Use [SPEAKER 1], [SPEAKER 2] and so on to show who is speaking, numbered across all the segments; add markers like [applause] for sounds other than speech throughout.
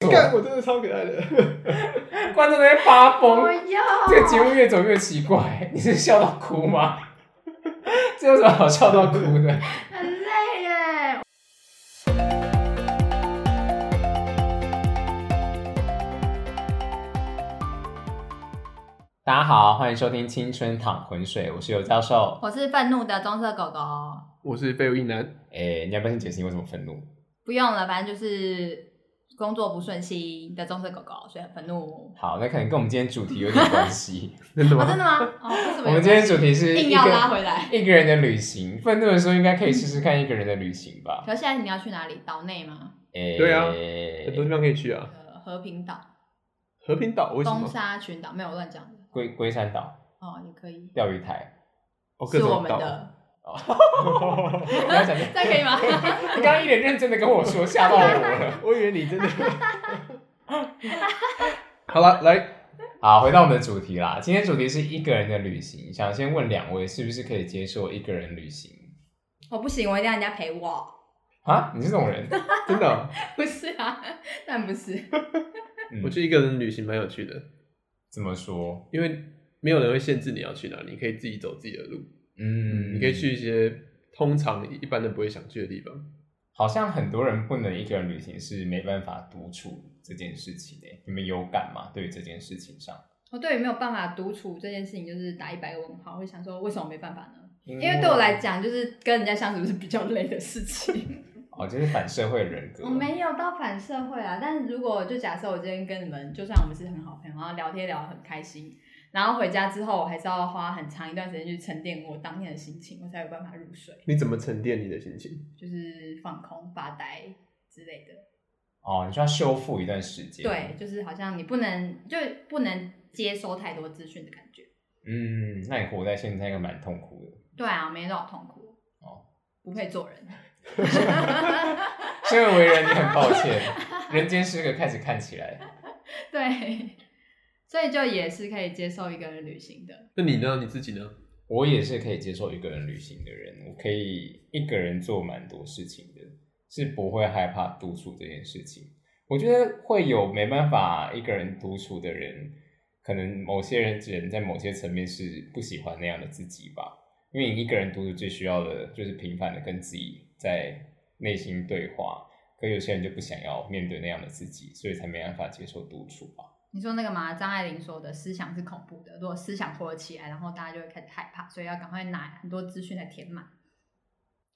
[SPEAKER 1] 错。
[SPEAKER 2] [laughs] 干我真的超可爱的。
[SPEAKER 1] [laughs] 观众在那边发疯
[SPEAKER 3] 我，要
[SPEAKER 1] 这个节目越走越奇怪。 [laughs] 你是笑到哭吗？ [laughs] 这有什么好笑到哭的？
[SPEAKER 3] [laughs] 很累耶。
[SPEAKER 1] 大家好，欢迎收听《青春淌浑水》，我是尤教授。
[SPEAKER 3] 我是愤怒的棕色狗狗，
[SPEAKER 2] 我是废物一男，
[SPEAKER 1] 诶，你要不要先解释你为什么愤怒？
[SPEAKER 3] 不用了，反正就是工作不顺心的棕色狗狗，所以很愤怒。
[SPEAKER 1] 好，那可能跟我们今天主题有点关系。
[SPEAKER 2] 真的
[SPEAKER 3] 哦，
[SPEAKER 2] 吗？
[SPEAKER 3] 真的吗？哦，为 [laughs] 什么有关系？
[SPEAKER 1] 我们今天主题是
[SPEAKER 3] 硬
[SPEAKER 1] 一
[SPEAKER 3] 要拉
[SPEAKER 1] 个
[SPEAKER 3] 回来。
[SPEAKER 1] 一个人的旅行。愤怒的时候应该可以试试看一个人的旅行吧？
[SPEAKER 3] 可是现在你要去哪里？岛内吗？
[SPEAKER 1] 诶，
[SPEAKER 2] 对啊很多地方可以去啊，
[SPEAKER 3] 呃，和平岛、
[SPEAKER 2] 和平岛为什
[SPEAKER 3] 东
[SPEAKER 2] 么？
[SPEAKER 3] 沙群岛，没有我乱讲的。
[SPEAKER 1] 龟龟山岛、
[SPEAKER 3] 哦，也可以，
[SPEAKER 1] 钓鱼
[SPEAKER 2] [laughs]
[SPEAKER 1] 台。
[SPEAKER 2] 哦，各
[SPEAKER 3] 是我
[SPEAKER 2] 种
[SPEAKER 3] 们
[SPEAKER 2] 岛。
[SPEAKER 3] 的，
[SPEAKER 1] 不要讲这个
[SPEAKER 3] 这样可以吗？
[SPEAKER 1] [laughs] 你刚刚一脸认真的跟我说，吓到我了。
[SPEAKER 2] 哦我以为你真的。 [laughs] 好了，来，
[SPEAKER 1] 好，回到我们的主题啦。今天主题是一个人的旅行，想先问两位是不是可以接受一个人旅行
[SPEAKER 3] 我不行，我一定要人家陪我。
[SPEAKER 1] 啊？你是这种人，
[SPEAKER 2] 真的哦、
[SPEAKER 3] 不是啊，但不是。
[SPEAKER 1] 嗯
[SPEAKER 2] 我觉得一个人旅行蛮有趣的，
[SPEAKER 1] 怎么说？
[SPEAKER 2] 因为没有人会限制你要去哪，你可以自己走自己的路，
[SPEAKER 1] 嗯，
[SPEAKER 2] 你可以去一些通常一般人不会想去的地方。
[SPEAKER 1] 好像很多人不能一个人旅行是没办法独处这件事情诶、你们有感吗？对于这件事情上，
[SPEAKER 3] 我对于没有办法独处这件事情，就是打一百个问号。会想说，为什么没办法呢？
[SPEAKER 1] 因
[SPEAKER 3] 因为对我来，讲，就是跟人家相处是比较累的事情。
[SPEAKER 1] 哦，就是反社会人格。
[SPEAKER 3] 我没有到反社会啊，但是如果就假设我今天跟你们，就算我们是很好朋友，然后聊天聊得很开心，然后回家之后，我还是要花很长一段时间去沉淀我当天的心情，我才有办法入睡，
[SPEAKER 2] 你怎么沉淀你的心情？
[SPEAKER 3] 就是放空、发呆之类的。
[SPEAKER 1] 哦，你需要修复一段时间。
[SPEAKER 3] 对，，就是好像你不能，就不能接收太多资讯的感觉。
[SPEAKER 1] 嗯，那你活在现在应该蛮痛苦的。
[SPEAKER 3] 对啊，每天都好痛苦。
[SPEAKER 1] 哦，
[SPEAKER 3] 不配做人。 [laughs]
[SPEAKER 1] 身为为人，你很抱歉，人间失格开始看起来。
[SPEAKER 3] 对， [laughs] 所以就也是可以接受一个人旅行的。
[SPEAKER 2] 那你呢？你自己呢？
[SPEAKER 1] 我也是可以接受一个人旅行的人，我可以一个人做蛮多事情的，是不会害怕独处这件事情。我觉得会有没办法一个人独处的人，可能某些人人在某些层面是不喜欢那样的自己吧，因为你一个人独处最需要的就是频繁的跟自己在内心对话，可有些人就不想要面对那样的自己，所以才没办法接受独处吧。
[SPEAKER 3] 你说那个嘛，张爱玲说的思想是恐怖的，如果思想活起来，然后大家就会开始害怕，所以要赶快拿很多资讯来填满。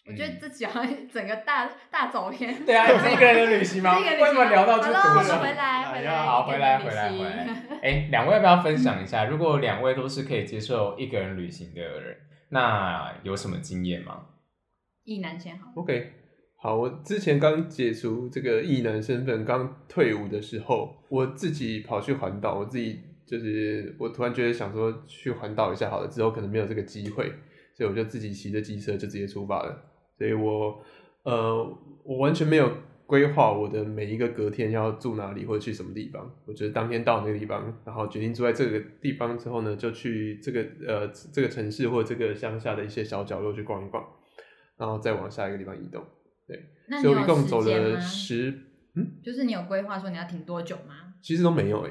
[SPEAKER 3] 我觉得
[SPEAKER 1] 嗯
[SPEAKER 3] 自己好像 [laughs] 整个大大走偏。
[SPEAKER 1] 对啊，你是一个
[SPEAKER 3] [laughs]
[SPEAKER 1] 人的旅行吗？
[SPEAKER 3] 这个旅行
[SPEAKER 1] 为什么聊到这个？
[SPEAKER 3] 好了，我
[SPEAKER 2] 独处
[SPEAKER 3] 们回来，
[SPEAKER 2] 哎
[SPEAKER 3] 回
[SPEAKER 2] 呀
[SPEAKER 3] 来，
[SPEAKER 1] 好，
[SPEAKER 3] 一
[SPEAKER 1] 回
[SPEAKER 3] 个
[SPEAKER 1] 来，
[SPEAKER 3] 人
[SPEAKER 1] 回
[SPEAKER 3] 旅
[SPEAKER 1] 来，
[SPEAKER 3] 行
[SPEAKER 1] 回来。哎、两位要不要分享一下？如果两位都是可以接受一个人旅行的人，那有什么经验吗？
[SPEAKER 3] [laughs] 意男先好，
[SPEAKER 2] OK，好，我之前刚解除这个异男身份，刚退伍的时候，我自己跑去环岛，我自己就是我突然觉得想说去环岛一下好了，之后可能没有这个机会，所以我就自己骑着机车就直接出发了。所以我呃，我完全没有规划我的每一个隔天要住哪里或者去什么地方，我觉得当天到那个地方，然后决定住在这个地方之后呢，就去这个呃这个城市或者这个乡下的一些小角落去逛一逛。然后再往下一个地方移动。
[SPEAKER 3] 那你
[SPEAKER 2] 所以
[SPEAKER 3] 有
[SPEAKER 2] 我一共
[SPEAKER 3] 时
[SPEAKER 2] 走
[SPEAKER 3] 间
[SPEAKER 2] 了
[SPEAKER 3] 吗？
[SPEAKER 2] 十，嗯
[SPEAKER 3] 就是你有规划说你要停多久吗？
[SPEAKER 2] 其实都没有哎、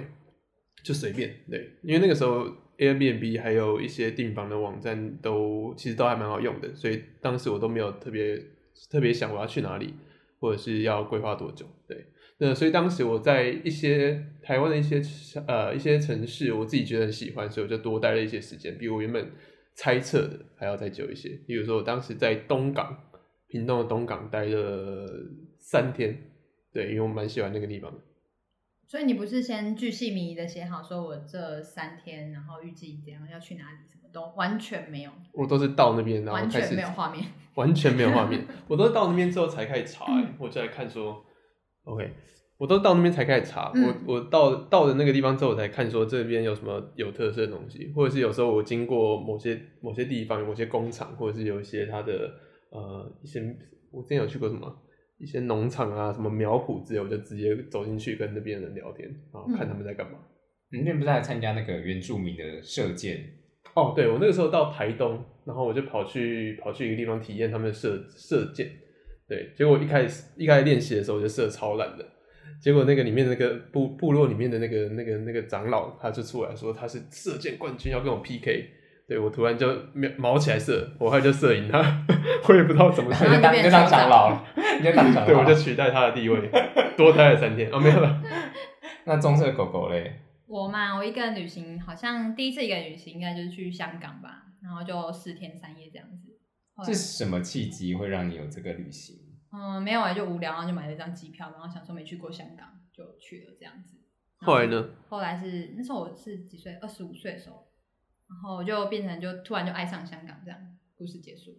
[SPEAKER 2] 就随便对，因为那个时候 Airbnb 还有一些订房的网站都其实都还蛮好用的，所以当时我都没有特别特别想我要去哪里，或者是要规划多久。对，那所以当时我在一些台湾的一些呃一些城市，我自己觉得很喜欢，所以我就多待了一些时间，比我原本猜测的还要再久一些。比如说我当时在东港，屏东的东港待了三天，对，因为我蛮喜欢那个地方的。
[SPEAKER 3] 所以你不是先巨细靡遗的写好，说我这三天，然后预计怎样要去哪里，什么都完全没有，
[SPEAKER 2] 我都是到那边，然后
[SPEAKER 3] 完
[SPEAKER 2] 开始
[SPEAKER 3] 全没有画面。
[SPEAKER 2] [laughs]
[SPEAKER 3] 嗯
[SPEAKER 2] 完全没有画
[SPEAKER 3] [laughs]
[SPEAKER 2] 面。我都是到那边之后才开始查、欸，我就来看说，OK，我都到那边才开始查。
[SPEAKER 3] 嗯
[SPEAKER 2] 我我到到了那个地方之后，我才看说这边有什么有特色的东西，或者是有时候我经过某些某些地方、某些工厂，或者是有一些它的呃一些，我之前有去过什么。一些农场啊，什么苗圃之类，我就直接走进去跟那边人聊天，然后
[SPEAKER 3] 嗯
[SPEAKER 2] 看他们在干嘛。
[SPEAKER 1] 你那天不是还参加那个原住民的射箭？
[SPEAKER 2] 哦，对，我那个时候到台东，然后我就跑去跑去一个地方体验他们的射射箭，对，结果一开始一开始练习的时候我就射超烂的，结果那个里面那个部部落里面的那个那个那个长老，他就出来说他是射箭冠军，要跟我 PK。对我突然就瞄毛起来射，我后来就射赢他， [laughs] 我也不知道怎么射
[SPEAKER 1] 你 [laughs]
[SPEAKER 3] 然后
[SPEAKER 1] 就当
[SPEAKER 2] 的，
[SPEAKER 3] 你
[SPEAKER 1] 你
[SPEAKER 3] 就变
[SPEAKER 1] 就当
[SPEAKER 3] 酋长
[SPEAKER 1] 长老了， [laughs] 你就当长老。
[SPEAKER 2] 对我就取代他的地位，多待了三天哦，没有
[SPEAKER 3] [laughs]
[SPEAKER 2] 了。
[SPEAKER 1] 那棕色狗狗嘞，
[SPEAKER 3] 我嘛，我一个人旅行，好像第一次一个人旅行，应该就是去香港吧，然后就四天三夜这样子。后来
[SPEAKER 1] 是什么契机会让你有这个旅行？
[SPEAKER 3] 嗯，没有啊，就无聊，然后就买了一张机票，然后想说没去过香港，就去了这样子。然
[SPEAKER 2] 后来？呢？
[SPEAKER 3] 后来是那时候我是几岁？二十五岁的时候，然后就变成就突然就爱上香港这样。故事结束，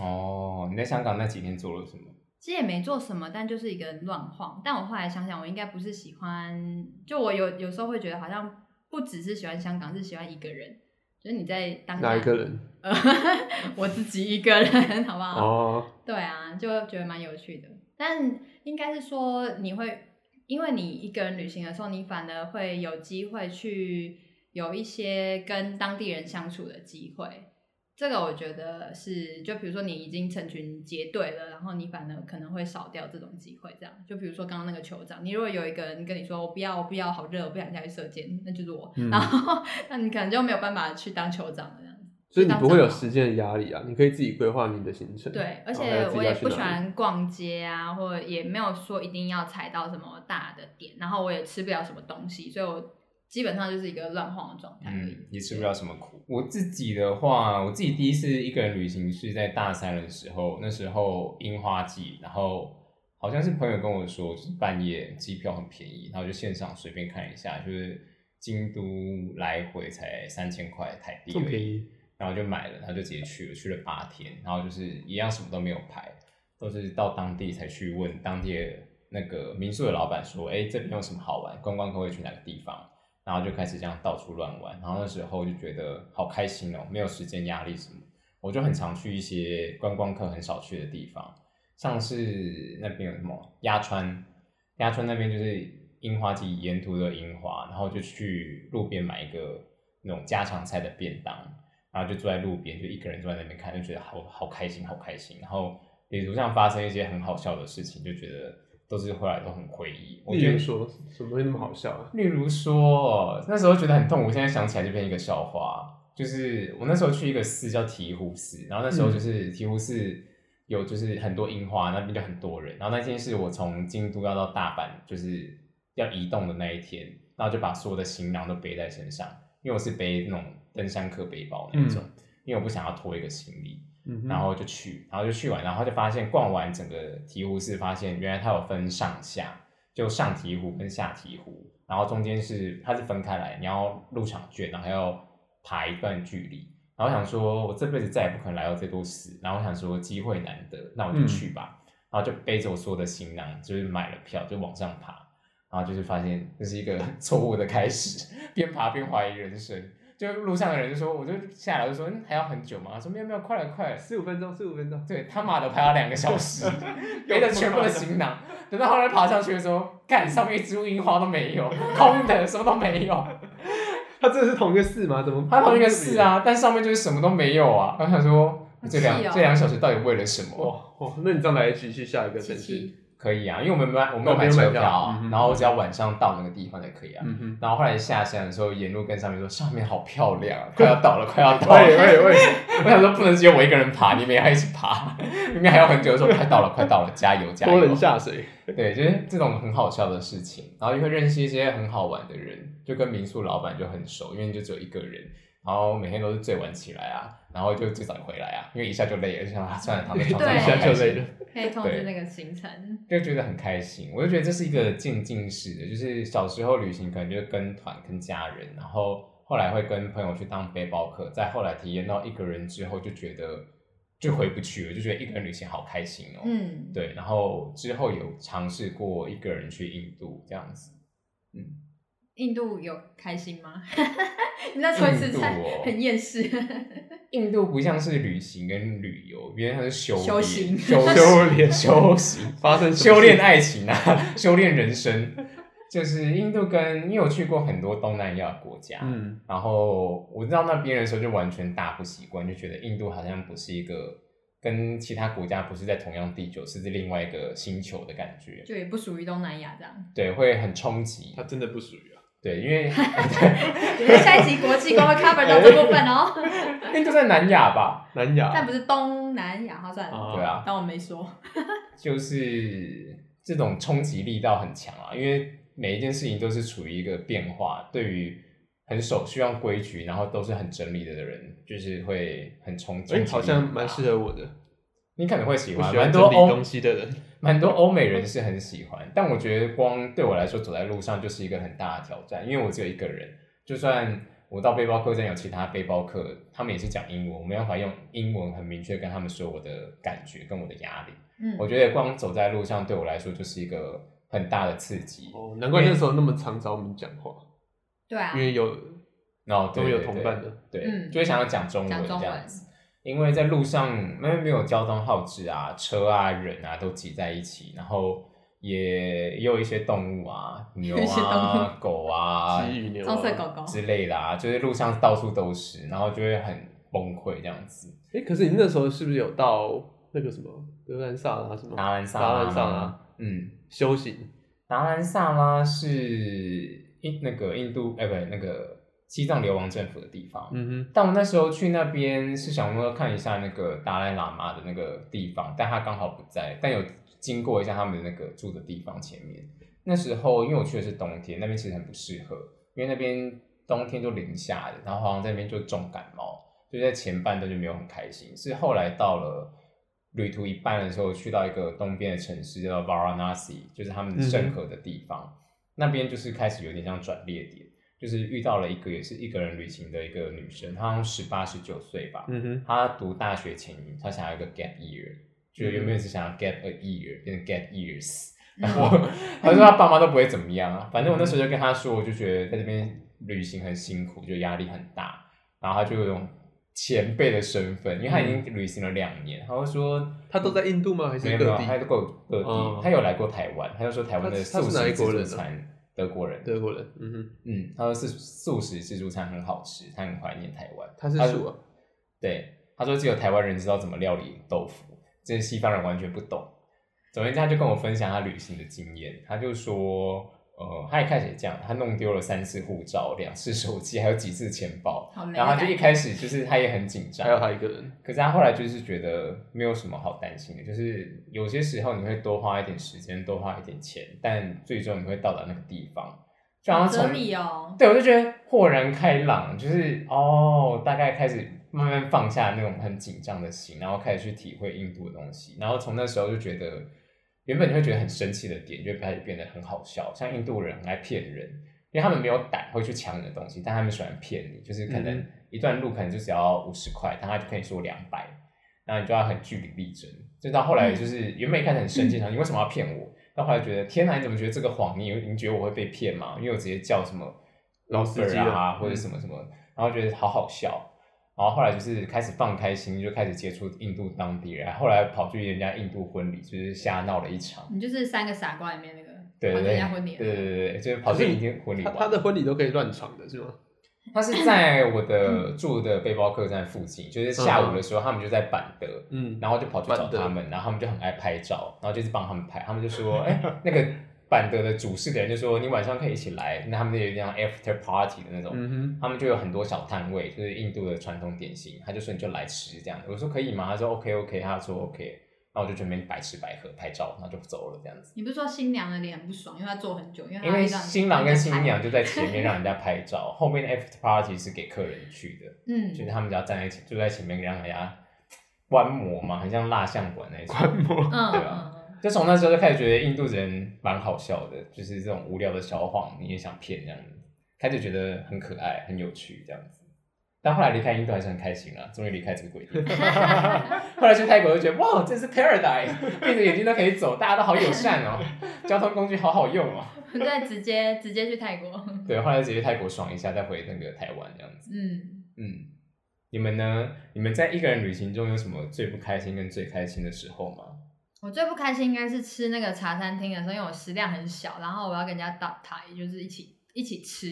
[SPEAKER 1] 哦，你在香港那几天做了什么？
[SPEAKER 3] 其实也没做什么，但就是一个人乱晃。但我后来想想，我应该不是喜欢，就我有有时候会觉得好像不只是喜欢香港，是喜欢一个人。就是你在当下
[SPEAKER 2] 哪一个人？
[SPEAKER 3] 呃， [laughs] 我自己一个人， [laughs] 好不好？
[SPEAKER 2] 哦，
[SPEAKER 3] 对啊，就觉得蛮有趣的。但应该是说，你会因为你一个人旅行的时候，你反而会有机会去有一些跟当地人相处的机会。这个我觉得是，就比如说你已经成群结队了，然后你反而可能会少掉这种机会。这样，就比如说刚刚那个酋长，你如果有一个人跟你说“我不要，我不要，好热，我不想下去射箭”，那就是我，
[SPEAKER 2] 嗯
[SPEAKER 3] [laughs] 然后那你可能就没有办法去当酋长了。这样子
[SPEAKER 2] 所以你不会
[SPEAKER 3] 去
[SPEAKER 2] 有
[SPEAKER 3] 当长老
[SPEAKER 2] 时间的压力啊，你可以自己规划你的行程。
[SPEAKER 3] 对，而
[SPEAKER 2] 然后还有
[SPEAKER 3] 且
[SPEAKER 2] 自己
[SPEAKER 3] 我
[SPEAKER 2] 要
[SPEAKER 3] 也
[SPEAKER 2] 去
[SPEAKER 3] 不
[SPEAKER 2] 哪
[SPEAKER 3] 喜
[SPEAKER 2] 里
[SPEAKER 3] 欢逛街啊，或者也没有说一定要踩到什么大的点，然后我也吃不了什么东西，所以我基本上就是一个乱晃的状态
[SPEAKER 2] 哎
[SPEAKER 3] 而已。
[SPEAKER 1] 嗯，也吃不了什么苦。我自己的话，我自己第一次一个人旅行是在大三的时候，那时候樱花季，然后好像是朋友跟我说，就是半夜机票很便宜，然后就线上随便看一下，就是京都来回才三千块台币，
[SPEAKER 2] 这么便宜，
[SPEAKER 1] 然后就买了，然后就直接去了，去了八天，然后就是一样什么都没有排，都是到当地才去问当地的那个民宿的老板说，哎，这边有什么好玩，观光客会去哪个地方，然后就开始这样到处乱玩，然后那时候就觉得好开心哦，没有时间压力什么，我就很常去一些观光客很少去的地方，像是那边有什么鸭川，鸭川那边就是樱花季沿途的樱花，然后就去路边买一个那种家常菜的便当，然后就坐在路边，就一个人坐在那边看，就觉得好好开心，好开心。然后旅途上发生一些很好笑的事情，就觉得都是后来都很回忆。我
[SPEAKER 2] 例
[SPEAKER 1] 觉
[SPEAKER 2] 如
[SPEAKER 1] 得
[SPEAKER 2] 说什么东西那么好笑啊？
[SPEAKER 1] 例如说，那时候觉得很痛苦，现在想起来就变一个笑话。就是我那时候去一个寺叫醍醐寺，然后那时候就是醍醐寺有就是很多樱花，那边就很多人。然后那天是我从京都要到大阪，就是要移动的那一天，然后就把所有的行囊都背在身上，因为我是背那种登山客背包那种，因为我不想要拖一个行李。
[SPEAKER 2] 嗯哼，
[SPEAKER 1] 然后就去，然后就去完，然后就发现逛完整个醍醐寺，发现原来它有分上下，就上醍醐跟下醍醐，然后中间是它是分开来，你要入场券，然后还要爬一段距离。然后想说，我这辈子再也不可能来到这座寺，然后我想说机会难得，那我就去吧。然后就背着我所有的行囊，就是买了票就往上爬，然后就是发现这是一个 [laughs] 错误的开始，边爬边怀疑人生。就路上的人就说，我就下来就说，嗯，还要很久吗？他说没有没有，快了快了，
[SPEAKER 2] 十五分钟，十五分钟，
[SPEAKER 1] 对，他妈的排了两个小时，
[SPEAKER 2] [laughs]
[SPEAKER 1] 背着全部的行囊，等到后来爬上去的时候，看上面一株樱花都没
[SPEAKER 2] [laughs]
[SPEAKER 1] 有，空的，什么都没有。
[SPEAKER 2] 他真的是同一个市吗？怎么？
[SPEAKER 1] 它同一个寺，
[SPEAKER 2] [laughs]
[SPEAKER 1] 啊，但上面就是什么都没有啊。然后想说，这两、
[SPEAKER 3] 好
[SPEAKER 2] 啊
[SPEAKER 3] 气哦
[SPEAKER 1] 这两小时到底为了什么？
[SPEAKER 2] 哇哇，哦那你这样来去去下一个
[SPEAKER 3] 七
[SPEAKER 2] 城市，
[SPEAKER 3] 七，
[SPEAKER 1] 可以啊，因为我们买我们
[SPEAKER 2] 哦
[SPEAKER 1] 有
[SPEAKER 2] 没
[SPEAKER 1] 买
[SPEAKER 2] 有买
[SPEAKER 1] 车
[SPEAKER 2] 票
[SPEAKER 1] 票啊，
[SPEAKER 2] 嗯哼
[SPEAKER 1] 然后我只要晚上到那个地方就可以啊。
[SPEAKER 2] 嗯哼，
[SPEAKER 1] 然后后来下山的时候，沿路跟上面说上面好漂
[SPEAKER 2] [laughs]
[SPEAKER 1] 亮啊，快要到了，快要到了。
[SPEAKER 2] 喂
[SPEAKER 1] [laughs]
[SPEAKER 2] 喂喂，
[SPEAKER 1] 我想说不能只有我一个人爬，你们也要一起爬，你们还要很久的时候，快到了，快到了，加油加油！
[SPEAKER 2] 拖人下水，
[SPEAKER 1] 对，就是这种很好笑的事情，然后也会认识一些很好玩的人，就跟民宿老板就很熟，因为你就只有一个人，然后每天都是最晚起来啊，然后就最早回来啊，因为一下就累了，就想啊算了，躺在床上
[SPEAKER 3] 对
[SPEAKER 2] 一下就累了，
[SPEAKER 1] [laughs]
[SPEAKER 3] 可以控制
[SPEAKER 1] 对
[SPEAKER 3] 那个行程。
[SPEAKER 1] 就觉得很开心。我就觉得这是一个渐进式的，就是小时候旅行可能就是跟团跟家人，然后后来会跟朋友去当背包客，再后来体验到一个人之后，就觉得就回不去了，就觉得一个人旅行好开心哦。
[SPEAKER 3] 嗯，
[SPEAKER 1] 对，然后之后有尝试过一个人去印度这样子。
[SPEAKER 3] 印度有开心吗？你再说一次，
[SPEAKER 1] 印度
[SPEAKER 3] 太
[SPEAKER 1] 哦
[SPEAKER 3] 很厌世。
[SPEAKER 1] 印度不像是旅行跟旅游，别人它是修
[SPEAKER 3] 修
[SPEAKER 1] 炼
[SPEAKER 3] 行
[SPEAKER 1] 修
[SPEAKER 2] 修炼
[SPEAKER 1] 炼、修
[SPEAKER 3] [laughs]
[SPEAKER 1] 行、
[SPEAKER 2] 发生什么
[SPEAKER 1] 修
[SPEAKER 2] 事
[SPEAKER 1] 炼爱情啊，修炼人生。就是印度跟你有去过很多东南亚国家，
[SPEAKER 2] 嗯，
[SPEAKER 1] 然后我知道那边的时候就完全大不习惯，就觉得印度好像不是一个跟其他国家不是在同样地球，是在另外一个星球的感觉，
[SPEAKER 3] 就也不属于东南亚这样。
[SPEAKER 1] 对，会很冲击
[SPEAKER 2] 它。真的不属于啊。
[SPEAKER 1] 对，因为 [laughs]
[SPEAKER 3] 因为下一集国际观会 cover
[SPEAKER 1] 哎
[SPEAKER 3] 到这部分
[SPEAKER 1] [laughs]
[SPEAKER 3] 哦，
[SPEAKER 1] 因为就在南亚吧，
[SPEAKER 2] 南亚
[SPEAKER 3] 但不是东南亚，好算了，
[SPEAKER 2] 啊
[SPEAKER 1] 对啊，
[SPEAKER 3] 当我没说。
[SPEAKER 1] 就是这种冲击力道很强啊，因为每一件事情都是处于一个变化，对于很守需要规矩，然后都是很整理的的人，就是会很冲击
[SPEAKER 2] 哎、
[SPEAKER 1] 力很大。
[SPEAKER 2] 好像蛮适合我的，
[SPEAKER 1] 你可能会喜
[SPEAKER 2] 不
[SPEAKER 1] 欢，
[SPEAKER 2] 喜
[SPEAKER 1] 蛮
[SPEAKER 2] 欢
[SPEAKER 1] 多
[SPEAKER 2] 整理
[SPEAKER 1] 欧
[SPEAKER 2] 东西的人。
[SPEAKER 1] [laughs] 蛮多欧美人是很喜欢，但我觉得光对我来说走在路上就是一个很大的挑战，因为我只有一个人，就算我到背包客栈有其他背包客，他们也是讲英文，我没办法用英文很明确跟他们说我的感觉跟我的压力。
[SPEAKER 3] 嗯，
[SPEAKER 1] 我觉得光走在路上对我来说就是一个很大的刺激。
[SPEAKER 2] 哦，难怪那时候那么常找我们讲话，
[SPEAKER 3] 对啊
[SPEAKER 2] 因，为有
[SPEAKER 1] 然后
[SPEAKER 2] 都
[SPEAKER 1] 对
[SPEAKER 2] 有
[SPEAKER 1] 对
[SPEAKER 2] 同
[SPEAKER 1] 哦对
[SPEAKER 2] 伴的。
[SPEAKER 1] 对，
[SPEAKER 3] 嗯
[SPEAKER 1] 就会想要讲中文
[SPEAKER 3] 讲中
[SPEAKER 1] 这
[SPEAKER 3] 文
[SPEAKER 1] 样子。因为在路上，因为没有交通号志啊，车啊、人啊都挤在一起，然后也也有一些动物啊，牛
[SPEAKER 3] 有一些动
[SPEAKER 1] 啊、狗
[SPEAKER 2] [laughs]
[SPEAKER 1] 啊
[SPEAKER 2] 鸡与牛啊
[SPEAKER 3] 棕色狗狗，
[SPEAKER 1] 之类的啊，就是路上到处都是，然后就会很崩溃这样子。
[SPEAKER 2] 哎、可是你那时候是不是有到那个什么德兰萨拉什啊么
[SPEAKER 1] 达兰萨
[SPEAKER 2] 达
[SPEAKER 1] 拉，
[SPEAKER 2] 兰萨拉
[SPEAKER 1] 嗯，
[SPEAKER 2] 修行？
[SPEAKER 1] 达兰萨拉是印那个印度，哎、不，那个西藏流亡政府的地方。
[SPEAKER 2] 嗯
[SPEAKER 1] 但我那时候去那边是想说看一下那个达赖喇嘛的那个地方，但他刚好不在，但有经过一下他们的那个住的地方前面。那时候因为我去的是冬天，那边其实很不适合，因为那边冬天就零下的，然后好像在那边就重感冒，就在前半段就没有很开心。是后来到了旅途一半的时候，去到一个东边的城市叫 Varanasi，就是他们圣河的地方，那边就是开始有点像转捩点。就是遇到了一个也是一个人旅行的一个女生，她好像十八十九岁吧
[SPEAKER 2] 哼，，嗯哼，
[SPEAKER 1] 她读大学前她想要一个 gap year，就原本是想要 gap a year 变成 gap years，然 [laughs]
[SPEAKER 3] 嗯
[SPEAKER 1] 后
[SPEAKER 2] 嗯
[SPEAKER 1] 她说她爸妈都不会怎么样啊，反正我那时候就跟她说，我就觉得在这边旅行很辛苦，就压力很大，然后她就有一种前辈的身份，因为她已经旅行了两年，她会说
[SPEAKER 2] 他嗯都在印度吗？还
[SPEAKER 1] 没有
[SPEAKER 2] 是
[SPEAKER 1] 没
[SPEAKER 2] 各
[SPEAKER 1] 有，他
[SPEAKER 2] 地？
[SPEAKER 1] 都够各地，
[SPEAKER 2] 嗯
[SPEAKER 1] 他有来过台湾，他就说台湾的
[SPEAKER 2] 他他
[SPEAKER 1] 素
[SPEAKER 2] 是哪
[SPEAKER 1] 食
[SPEAKER 2] 一
[SPEAKER 1] 自
[SPEAKER 2] 国
[SPEAKER 1] 助
[SPEAKER 2] 人啊
[SPEAKER 1] 餐，德国人，
[SPEAKER 2] 德国人，嗯哼，
[SPEAKER 1] 嗯，他说是素食自助餐很好吃，他很怀念台湾。
[SPEAKER 2] 他是树啊，
[SPEAKER 1] 对，他说只有台湾人知道怎么料理豆腐，这些西方人完全不懂。总而言之，他就跟我分享他旅行的经验，他就说，呃，他一开始也这样，他弄丢了三次护照、两次手机，还有几次钱包，
[SPEAKER 3] 好美
[SPEAKER 1] 然后他就一
[SPEAKER 3] 感。
[SPEAKER 1] 开始就是他也很紧张，
[SPEAKER 2] 还有他一个人，
[SPEAKER 1] 可是他后来就是觉得没有什么好担心的，就是有些时候你会多花一点时间，多花一点钱，但最终你会到达那个地方。就好像
[SPEAKER 3] 哲
[SPEAKER 1] 从
[SPEAKER 3] 理哦，
[SPEAKER 1] 对，我就觉得豁然开朗，就是哦，大概开始慢慢放下那种很紧张的心，然后开始去体会印度的东西，然后从那时候就觉得，原本你会觉得很生气的点，就开始变得很好笑，像印度人很爱骗人，因为他们没有胆会去抢你的东西，但他们喜欢骗你，就是可
[SPEAKER 2] 嗯
[SPEAKER 1] 能一段路可能就只要五十块，但他就可以说两百，然后你就要很据理力争，就到后来就是原本一开始很生气，想你为什么要骗我？到后来觉得天哪，你怎么觉得这个谎？你有你觉得我会被骗吗？因为我直接叫什么
[SPEAKER 2] 老司机嗯
[SPEAKER 1] Uber 啊，
[SPEAKER 2] 了
[SPEAKER 1] 或者什么什么，然后觉得好好笑。然后后来就是开始放开心，就开始接触印度当地人，后来跑去人家印度婚礼，就是瞎闹了一场。
[SPEAKER 3] 你就是三个傻瓜里面那个，
[SPEAKER 1] 对
[SPEAKER 3] 完
[SPEAKER 1] 对对
[SPEAKER 3] 全啊人家婚礼，
[SPEAKER 1] 对对对对，就是跑去印度婚礼
[SPEAKER 2] 他
[SPEAKER 1] 玩。
[SPEAKER 2] 他的婚礼都可以乱闯的是吗？
[SPEAKER 1] 他是在我的住的背包客栈附近，就是下午的时候，他们就在板德，
[SPEAKER 2] 嗯，
[SPEAKER 1] 然后就跑去找他们，然后他们就很爱拍照，然后就是帮他们拍，他们就说， [laughs] 哎、那个板德的主事的人就说，你晚上可以一起来，那他们就有点像 after party 的那种，
[SPEAKER 2] [laughs] 嗯
[SPEAKER 1] 他们就有很多小摊位，就是印度的传统点心，他就说你就来吃这样，我说可以吗？他说 OK OK，他说 OK，那我就准备白吃白喝拍照，然后就走了这样子。
[SPEAKER 3] 你不是说新娘的脸很不爽，因为她坐很久，因为
[SPEAKER 1] 因
[SPEAKER 3] 她
[SPEAKER 1] 为
[SPEAKER 3] 让
[SPEAKER 1] 新郎跟新娘，就在前面让人家拍照， [laughs] 后面的 after party 是给客人去的。
[SPEAKER 3] 嗯，
[SPEAKER 1] 就是他们只要站在一起，就在前面让人家观摩嘛，很像蜡像馆那
[SPEAKER 2] 哼，
[SPEAKER 1] 种。
[SPEAKER 2] 按摩
[SPEAKER 3] 嗯嗯
[SPEAKER 1] 对
[SPEAKER 3] 嗯
[SPEAKER 1] 啊
[SPEAKER 3] 嗯，
[SPEAKER 1] 就从那时候就开始觉得印度人蛮好笑的，就是这种无聊的小谎你也想骗这样子，开始觉得很可爱、很有趣这样子。但后来离开印度还是很开心啦，终于离开这个鬼地方。后来去泰国就觉得哇，这是 paradise，闭 [laughs] 着眼睛都可以走，大家都好友善哦，交通工具好好用哦。
[SPEAKER 3] [laughs] 我再嗯直接直接去泰国，
[SPEAKER 1] 对，后来直接去泰国爽一下，再回那个台湾这样子。
[SPEAKER 3] 嗯，
[SPEAKER 1] 嗯，你们呢？你们在一个人旅行中有什么最不开心跟最开心的时候吗？
[SPEAKER 3] 我最不开心应该是吃那个茶餐厅的时候，因为我食量很小，然后我要跟人家搭台，就是一起一起吃，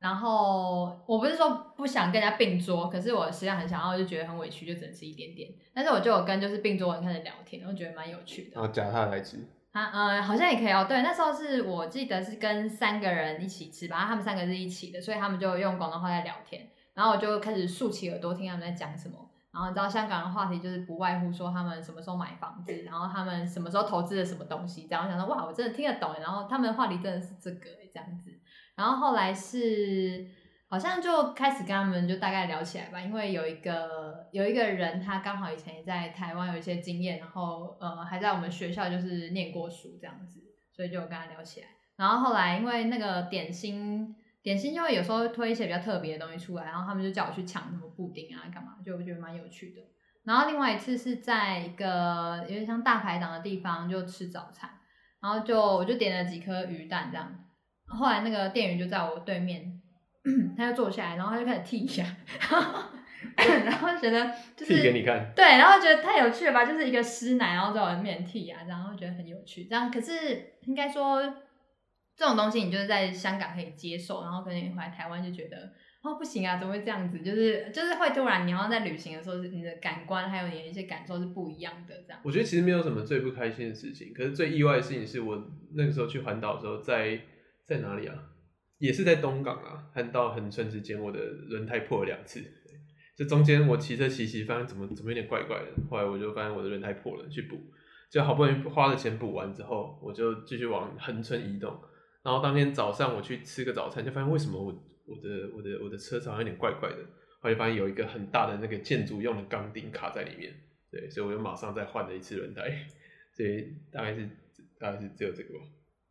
[SPEAKER 3] 然后我不是说不想跟人家并桌，可是我实际上很想要，就觉得很委屈，就只能吃一点点。但是我就有跟就是并桌人开始聊天，我觉得蛮有趣的
[SPEAKER 2] 然。后夹它来吃，
[SPEAKER 3] 啊，呃，好像也可以哦。对，那时候是我记得是跟三个人一起吃吧，他们三个是一起的，所以他们就用广东话在聊天。然后我就开始竖起耳朵听他们在讲什么。然后你知道香港的话题就是不外乎说他们什么时候买房子，然后他们什么时候投资了什么东西。这样我想说哇，我真的听得懂耶。欸然后他们的话题真的是这个欸耶这样子。然后后来是好像就开始跟他们就大概聊起来吧，因为有一个有一个人他刚好以前也在台湾有一些经验，然后呃还在我们学校就是念过书这样子，所以就有跟他聊起来。然后后来因为那个点心点心就会有时候会推一些比较特别的东西出来，然后他们就叫我去抢什么布丁啊干嘛，就我觉得蛮有趣的。然后另外一次是在一个有点像大排档的地方就吃早餐，然后就我就点了几颗鱼蛋这样，后来那个店员就在我对面， [clears throat] 他就坐下来，然后他就开始剔牙， [laughs] 然后然后觉得就是
[SPEAKER 2] 剃给你看，
[SPEAKER 3] 对，然后觉得太有趣了吧，就是一个师奶，然后在我的面剃牙，然后觉得很有趣。这样可是应该说这种东西，你就是在香港可以接受，然后可能你回来台湾就觉得哦不行啊，怎么会这样子？就是就是会突然，你好像在旅行的时候，是你的感官还有你的一些感受是不一样的这样。
[SPEAKER 2] 我觉得其实没有什么最不开心的事情，可是最意外的事情是我那个时候去环岛的时候在，在哪里啊？也是在东港啊，和到恒春之间，我的轮胎破了两次。这中间我骑车骑骑，发现怎么怎么有点怪怪的，后来我就发现我的轮胎破了，去补，就好不容易花了钱补完之后，我就继续往恒春移动。然后当天早上我去吃个早餐，就发现为什么我我的我的我的车子好像有点怪怪的，后来发现有一个很大的那个建筑用的钢钉卡在里面。对，所以我就马上再换了一次轮胎，所以大概是大概是只有这个吧，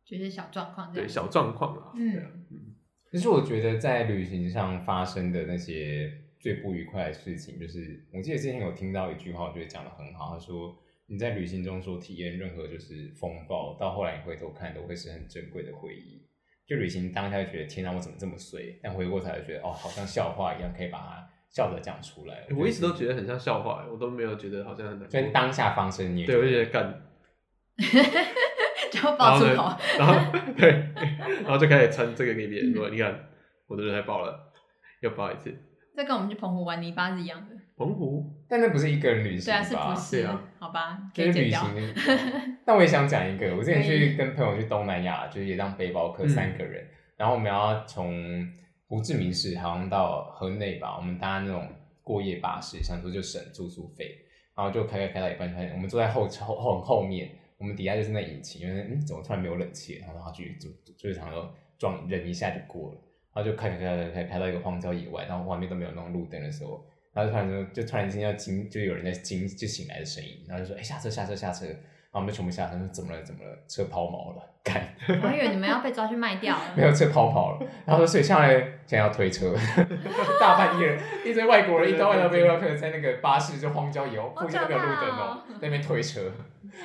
[SPEAKER 3] 就是小状况这
[SPEAKER 2] 对
[SPEAKER 3] 样。
[SPEAKER 2] 小状况啊，
[SPEAKER 3] 嗯
[SPEAKER 2] 对啊，嗯，
[SPEAKER 1] 其实我觉得在旅行上发生的那些最不愉快的事情，就是我记得之前有听到一句话，我觉得讲的很好，他说你在旅行中所体验任何就是风暴，到后来你回头看都会是很珍贵的回忆。就旅行当下就觉得天啊，我怎么这么衰？但回过头来就觉得哦，好像笑话一样，可以把它笑着讲出来。
[SPEAKER 2] 我一直都觉
[SPEAKER 1] 得
[SPEAKER 2] 得很像笑话，我都没有觉得好像很难
[SPEAKER 1] 是，就
[SPEAKER 2] 过。
[SPEAKER 1] 当下发生你也
[SPEAKER 2] 对，
[SPEAKER 1] 觉
[SPEAKER 2] 我
[SPEAKER 1] 得
[SPEAKER 2] 就觉得
[SPEAKER 3] [laughs]
[SPEAKER 2] 干，
[SPEAKER 3] 就
[SPEAKER 2] 然
[SPEAKER 3] 爆粗
[SPEAKER 2] 后呢
[SPEAKER 3] 口，，
[SPEAKER 2] 然后对，然后就开始传这个给别
[SPEAKER 3] 嗯
[SPEAKER 2] 人说，你看我的轮胎爆了，又爆一次。
[SPEAKER 3] 这跟我们去澎湖玩泥巴是一样的。
[SPEAKER 2] 澎湖，
[SPEAKER 1] 但那不是一个人旅行
[SPEAKER 3] 对
[SPEAKER 1] 吧？
[SPEAKER 3] 啊，是不
[SPEAKER 2] 对
[SPEAKER 3] 是？
[SPEAKER 2] 啊
[SPEAKER 3] 好吧，可
[SPEAKER 1] 就是
[SPEAKER 3] 以剪
[SPEAKER 1] 旅
[SPEAKER 3] 掉。
[SPEAKER 1] 行。 [laughs] 但我也想讲一个，我之前
[SPEAKER 3] 可以
[SPEAKER 1] 去跟朋友去东南亚，就是也当背包客
[SPEAKER 2] 嗯
[SPEAKER 1] 三个人，然后我们要从胡志明市好像到河内吧，我们搭那种过夜巴士，想说就省住宿费，然后就开开开到一半，发现我们坐在后后后后面，我们底下就是那引擎，因为嗯怎么突然没有冷气了，然后他去就就是想说撞忍一下就过了，然后就开开开开开开到一个荒郊野外，然后外面都没有那种路灯的时候，然后就突然就就突然间要惊，就有人在惊就醒来的声音，然后就说哎、下车下车下车，然啊后我们就全部下车，说怎么了怎么了，车抛锚了， [laughs] 干。
[SPEAKER 3] 我还以为你们要被抓去卖掉了。
[SPEAKER 1] [laughs] 没有车跑跑了，然后所以下来想要推车， [laughs] 大半夜一堆外国人，一堆外国背包客在那个巴士就荒郊野外，
[SPEAKER 3] 好
[SPEAKER 1] 附近都没有路灯哦
[SPEAKER 3] 可怕哦，
[SPEAKER 1] 在那边推车，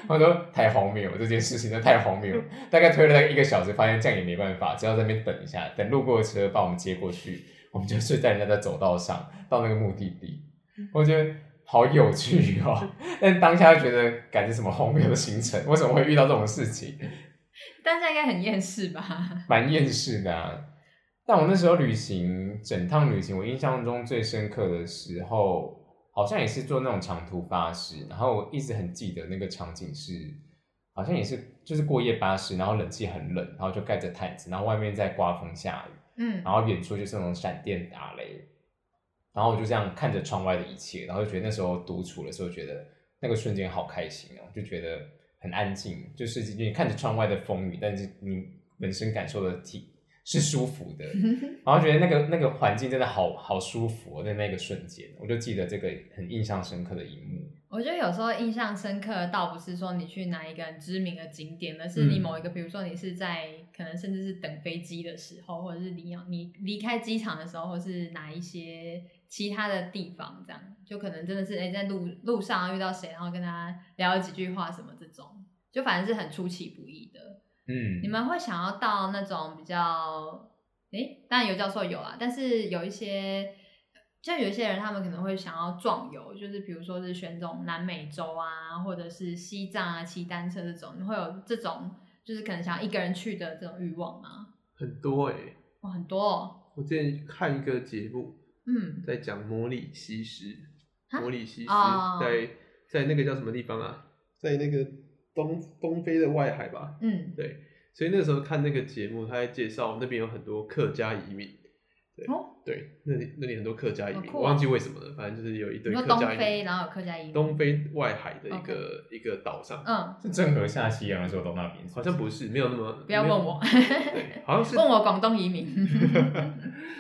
[SPEAKER 1] 我说太荒谬了，这件事情真的太荒谬了。大概推了大概一个小时，发现这样也没办法，只要在那边等一下，等路过的车把我们接过去，我们就睡在人家的走道上，到那个目的地。我觉得好有趣哦， [laughs] 但当下就觉得，感觉什么荒谬的行程，为什么会遇到这种事情？
[SPEAKER 3] 但是应该很厌世
[SPEAKER 1] [laughs]
[SPEAKER 3] 吧？
[SPEAKER 1] 蛮厌世的、啊。但我那时候旅行，整趟旅行，我印象中最深刻的时候，好像也是坐那种长途巴士，然后我一直很记得那个场景是，好像也是就是过夜巴士，然后冷气很冷，然后就盖着毯子，然后外面在刮风下雨，
[SPEAKER 3] 嗯
[SPEAKER 1] 然，后远处就是那种闪电打雷，然后我就这样看着窗外的一切，然后就觉得那时候独处的时候，觉得那个瞬间好开心哦，就觉得很安静，就是你看着窗外的风雨，但是你本身感受的体是舒服
[SPEAKER 3] [laughs]
[SPEAKER 1] 的，然后觉得那个那个环境真的好好舒服、哦，在那个瞬间，我就记得这个很印象深刻的一幕。
[SPEAKER 3] 我觉得有时候印象深刻，的倒不是说你去哪一个很知名的景点，而是你
[SPEAKER 2] 嗯
[SPEAKER 3] 某一个，比如说你是在可能甚至是等飞机的时候，或者是你要你离开机场的时候，或是哪一些其他的地方，这样就可能真的是哎、在路路上遇到谁，然后跟他聊了几句话什么这种，就反正是很出其不意的。
[SPEAKER 1] 嗯，
[SPEAKER 3] 你们会想要到那种比较，诶，当然有教授有啊，但是有一些，像有一些人他们可能会想要壮游，就是比如说是选这种南美洲啊，或者是西藏啊，骑单车这种，你会有这种就是可能想要一个人去的这种欲望吗？
[SPEAKER 2] 很多哎、
[SPEAKER 3] 哇，很多哦，
[SPEAKER 2] 我之前看一个节目，
[SPEAKER 3] 嗯，
[SPEAKER 2] 在讲魔里西施，
[SPEAKER 3] 啊
[SPEAKER 2] 魔里西施
[SPEAKER 3] 哦
[SPEAKER 2] 在在那个叫什么地方啊？在那个东东非的外海吧。
[SPEAKER 3] 嗯，
[SPEAKER 2] 对，所以那时候看那个节目，他在介绍那边有很多客家移民。对
[SPEAKER 3] 哦，
[SPEAKER 2] 对，那里那里很多客家移民，
[SPEAKER 3] 好酷哦
[SPEAKER 2] 我忘记为什么了，反正就是有一
[SPEAKER 3] 你
[SPEAKER 2] 堆
[SPEAKER 3] 说
[SPEAKER 2] 客
[SPEAKER 3] 东
[SPEAKER 2] 家移民。
[SPEAKER 3] 非，然后有客家移民，
[SPEAKER 2] 东，非外海的一个一个岛上，
[SPEAKER 3] 嗯，
[SPEAKER 1] 是郑和下西洋的时候到那边，
[SPEAKER 2] 好像不是，没有那么。
[SPEAKER 3] 不要
[SPEAKER 2] 没有
[SPEAKER 3] 问我
[SPEAKER 2] 对，好像是
[SPEAKER 3] 问我广东移民，
[SPEAKER 1] [laughs]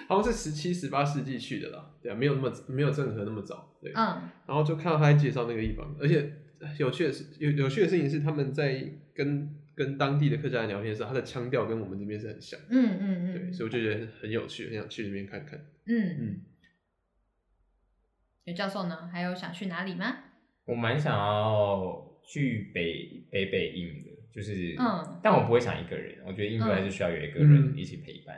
[SPEAKER 2] 好像是十七、十八世纪去的啦，对啊，没有那么没有郑和那么早，对。
[SPEAKER 3] 嗯，
[SPEAKER 2] 然后就看到他在介绍那个地方，而且有趣的是有有趣的事情是，他们在跟跟当地的客家人聊天的时候，他的腔调跟我们这边是很像，
[SPEAKER 3] 嗯嗯
[SPEAKER 2] 对，
[SPEAKER 3] 嗯，
[SPEAKER 2] 所以我就觉得很有趣，很想去那边看看。
[SPEAKER 3] 嗯，
[SPEAKER 2] 嗯，
[SPEAKER 3] 刘教授呢？还有想去哪里吗？
[SPEAKER 1] 我蛮想要去北北北印的，就是，
[SPEAKER 3] 嗯
[SPEAKER 1] 但我不会想一个人，我觉得印度还是需要有一个
[SPEAKER 2] 嗯
[SPEAKER 1] 人一起陪伴。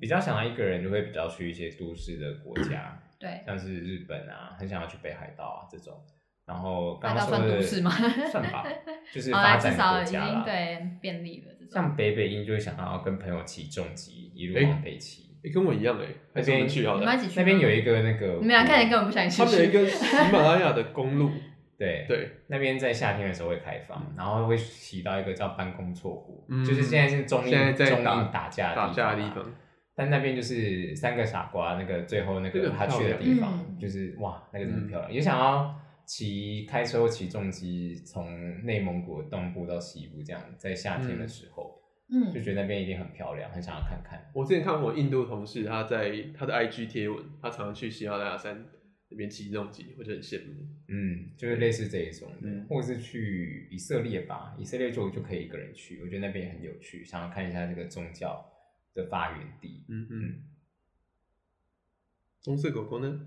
[SPEAKER 1] 比较想要一个人，就会比较去一些都市的国
[SPEAKER 3] [clears throat]
[SPEAKER 1] 家，
[SPEAKER 3] 对，
[SPEAKER 1] 像是日本啊，很想要去北海道啊这种。然后
[SPEAKER 3] 大
[SPEAKER 1] 刚
[SPEAKER 3] 家
[SPEAKER 1] 刚说
[SPEAKER 3] 算
[SPEAKER 1] 的
[SPEAKER 3] 都市吗？
[SPEAKER 1] [laughs] 算吧，就是
[SPEAKER 3] 好啦，
[SPEAKER 1] 发展
[SPEAKER 3] 至少
[SPEAKER 1] 国
[SPEAKER 3] 已
[SPEAKER 1] 家
[SPEAKER 3] 经
[SPEAKER 1] 啦。，
[SPEAKER 3] 对便利了这种。
[SPEAKER 1] 像北北印就会想要跟朋友骑重机，一
[SPEAKER 2] 诶
[SPEAKER 1] 路往北骑。
[SPEAKER 2] 诶跟我一样哎、还是我们去好
[SPEAKER 3] 你
[SPEAKER 2] 了
[SPEAKER 3] 们。要一起去吗？
[SPEAKER 1] 那边有一个那个湖，
[SPEAKER 3] 你们俩啊看起来根本不想去。
[SPEAKER 2] 他们有一个喜马拉雅的公路，
[SPEAKER 1] 对
[SPEAKER 2] 对， [laughs]
[SPEAKER 1] 那边在夏天的时候会开放，然后会骑到一个叫班公错湖，
[SPEAKER 2] 嗯
[SPEAKER 1] 就是现在是中印
[SPEAKER 2] 现在在
[SPEAKER 1] 中印
[SPEAKER 2] 打
[SPEAKER 1] 打架
[SPEAKER 2] 打架的地
[SPEAKER 1] 啊
[SPEAKER 2] 方，
[SPEAKER 1] 但那边就是三个傻瓜，那个最后那
[SPEAKER 2] 那个
[SPEAKER 1] 个
[SPEAKER 2] 很
[SPEAKER 1] 他去的
[SPEAKER 2] 漂
[SPEAKER 3] 亮
[SPEAKER 1] 地方，
[SPEAKER 3] 嗯
[SPEAKER 1] 就是哇，那个真的
[SPEAKER 2] 嗯
[SPEAKER 1] 很漂亮，也想要骑开车或骑重机从内蒙古的东部到西部这样，在夏天的时候、就
[SPEAKER 3] 嗯，
[SPEAKER 1] 觉得那边一定很漂亮，很想要看看。
[SPEAKER 2] 我之前看我印度同事他在他的 IG 贴文，他常常去喜马拉雅山那边骑那种机，我就很羡慕。
[SPEAKER 1] 嗯，就是类似这一种的，
[SPEAKER 2] 嗯
[SPEAKER 1] 或者是去以色列吧，以色列就就可以一个人去，我觉得那边也很有趣，想要看一下这个宗教的发源地。
[SPEAKER 2] 嗯嗯，棕色狗狗呢？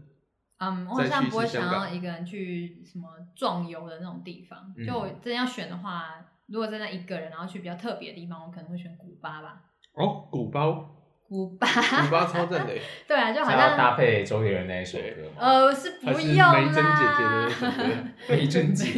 [SPEAKER 3] 嗯，我好像不会想要一个人去什么壮游的那种地方。
[SPEAKER 1] 嗯
[SPEAKER 3] 就我真要选的话，如果真的一个人，然后去比较特别的地方，我可能会选古巴吧。
[SPEAKER 2] [laughs] 哦，古包，
[SPEAKER 3] [laughs] 古巴，
[SPEAKER 2] 古巴超
[SPEAKER 3] [laughs]
[SPEAKER 2] 赞的欸，
[SPEAKER 3] 对啊，就好
[SPEAKER 1] 想要搭
[SPEAKER 3] 像
[SPEAKER 1] 配周杰伦那一首歌吗？
[SPEAKER 3] 呃是不
[SPEAKER 2] 还是
[SPEAKER 3] 用
[SPEAKER 2] 梅珍姐姐的那
[SPEAKER 3] 啦。
[SPEAKER 2] 首
[SPEAKER 3] [laughs]
[SPEAKER 2] 歌。 [laughs]
[SPEAKER 1] 费贞洁，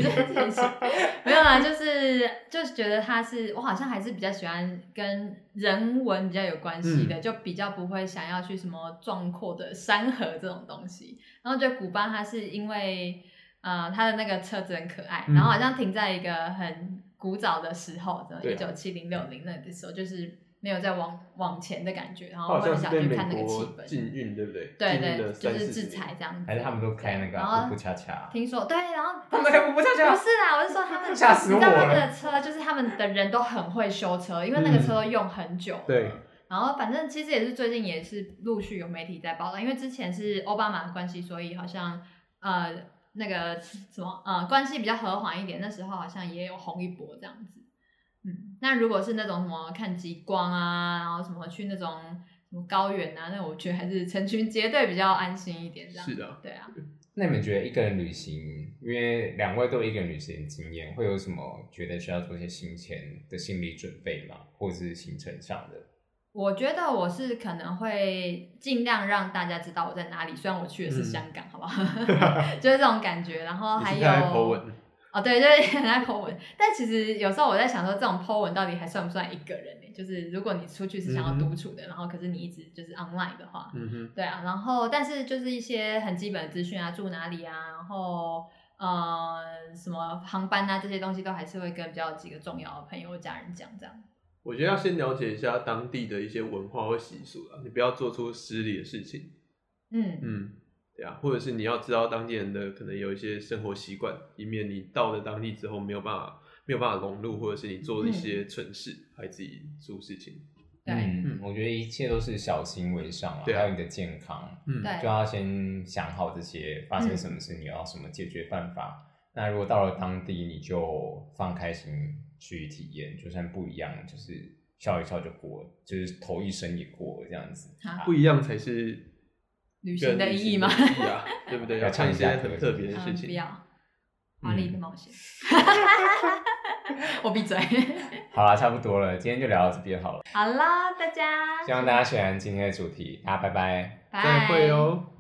[SPEAKER 3] 没有啦，就是就是觉得他是我好像还是比较喜欢跟人文比较有关系
[SPEAKER 2] 嗯
[SPEAKER 3] 的，就比较不会想要去什么壮阔的山河这种东西。然后觉得古巴它是因为呃它的那个车子很可爱，
[SPEAKER 2] 嗯
[SPEAKER 3] 然后好像停在一个很古早的时候，可
[SPEAKER 2] 对
[SPEAKER 3] 一
[SPEAKER 2] 啊
[SPEAKER 3] 九七零六零那个时候，就是没有在往往前的感觉，然
[SPEAKER 2] 他
[SPEAKER 3] 后
[SPEAKER 2] 好
[SPEAKER 3] 会
[SPEAKER 2] 像
[SPEAKER 3] 哦想
[SPEAKER 2] 是被
[SPEAKER 3] 去
[SPEAKER 2] 美
[SPEAKER 3] 看那个气
[SPEAKER 2] 国
[SPEAKER 3] 氛。
[SPEAKER 2] 禁运，对不对？
[SPEAKER 3] 对
[SPEAKER 2] 禁运
[SPEAKER 3] 对，
[SPEAKER 2] 了
[SPEAKER 3] 就
[SPEAKER 2] 三
[SPEAKER 3] 是
[SPEAKER 2] 四
[SPEAKER 3] 制
[SPEAKER 2] 十
[SPEAKER 3] 裁
[SPEAKER 2] 年。
[SPEAKER 3] 这样子。
[SPEAKER 1] 还是他们都开那个
[SPEAKER 3] 然
[SPEAKER 1] 啊
[SPEAKER 3] 后
[SPEAKER 1] 布布恰恰？
[SPEAKER 3] 听说对，然后
[SPEAKER 1] 他们开布布恰恰
[SPEAKER 3] 不是啦，我是说他
[SPEAKER 1] [laughs]
[SPEAKER 3] 们，
[SPEAKER 1] 吓死我
[SPEAKER 3] 你知道他们
[SPEAKER 1] 了
[SPEAKER 3] 的车就是他们的人都很会修车，因为那个车用很久。
[SPEAKER 2] 对，
[SPEAKER 3] 然后反正其实也是最近也是陆续有媒体在报道，因为之前是奥巴马的关系，所以好像呃那个什么呃关系比较和缓一点，那时候好像也有红一波这样子。嗯，那如果是那种什么看极光啊，然后什么去那种什么高原啊，那我觉得还是成群结队比较安心一点。这样
[SPEAKER 2] 是的，
[SPEAKER 3] 对啊，
[SPEAKER 1] 那你们觉得一个人旅行，因为两位都有一个人旅行的经验，会有什么觉得需要做一些行前的心理准备吗？或者是行程上的？
[SPEAKER 3] 我觉得我是可能会尽量让大家知道我在哪里，虽然我去的是
[SPEAKER 2] 嗯
[SPEAKER 3] 香港，好不好？ [laughs] 就是这种感觉。然后
[SPEAKER 2] 你
[SPEAKER 3] 还
[SPEAKER 2] 是
[SPEAKER 3] 有
[SPEAKER 2] 看 po 文，
[SPEAKER 3] 哦，对，就是很爱 po 文。但其实有时候我在想说，这种 po 文到底还算不算一个人呢？就是如果你出去是想要
[SPEAKER 2] 嗯哼
[SPEAKER 3] 独处的，然后可是你一直就是 online 的话，
[SPEAKER 2] 嗯哼，
[SPEAKER 3] 对啊。然后但是就是一些很基本的资讯啊，住哪里啊，然后呃什么航班啊这些东西，都还是会跟比较几个重要的朋友或家人讲这样。
[SPEAKER 2] 我觉得要先了解一下当地的一些文化或习俗啊，你不要做出失礼的事情。
[SPEAKER 3] 嗯
[SPEAKER 2] 嗯，对啊，或者是你要知道当地人的可能有一些生活习惯，以免你到了当地之后没有办法没有办法融入，或者是你做一
[SPEAKER 3] 嗯
[SPEAKER 2] 些蠢事，还自己出事情。
[SPEAKER 3] 对
[SPEAKER 1] 嗯
[SPEAKER 2] 嗯，
[SPEAKER 1] 我觉得一切都是小心为上啊，
[SPEAKER 2] 对啊
[SPEAKER 1] 还有你的健康，
[SPEAKER 2] 嗯，
[SPEAKER 3] 对
[SPEAKER 1] 就要先想好这些发生什么事，你要什么解决办法。那如果到了当地，你就放开心去体验，就算不一样，就是笑一笑就过了，就是头一身也过了这样子。
[SPEAKER 3] 好
[SPEAKER 2] 不一样才是
[SPEAKER 3] 旅行的意义吗
[SPEAKER 2] 跟旅行的意义啊，对不
[SPEAKER 1] [laughs]
[SPEAKER 2] 对？
[SPEAKER 1] 要
[SPEAKER 2] 要看一些
[SPEAKER 1] 唱一下
[SPEAKER 2] 很
[SPEAKER 1] 歌
[SPEAKER 2] 特别的事
[SPEAKER 3] 嗯，
[SPEAKER 2] 情。嗯
[SPEAKER 3] 不要华丽的冒险。 [laughs] 我闭嘴。 [laughs]
[SPEAKER 1] 好啦，差不多了，今天就聊到这边好了。
[SPEAKER 3] 好啦，大家，
[SPEAKER 1] 希望大家喜欢今天的主题，大家拜拜。
[SPEAKER 3] 拜
[SPEAKER 2] 再会。哦。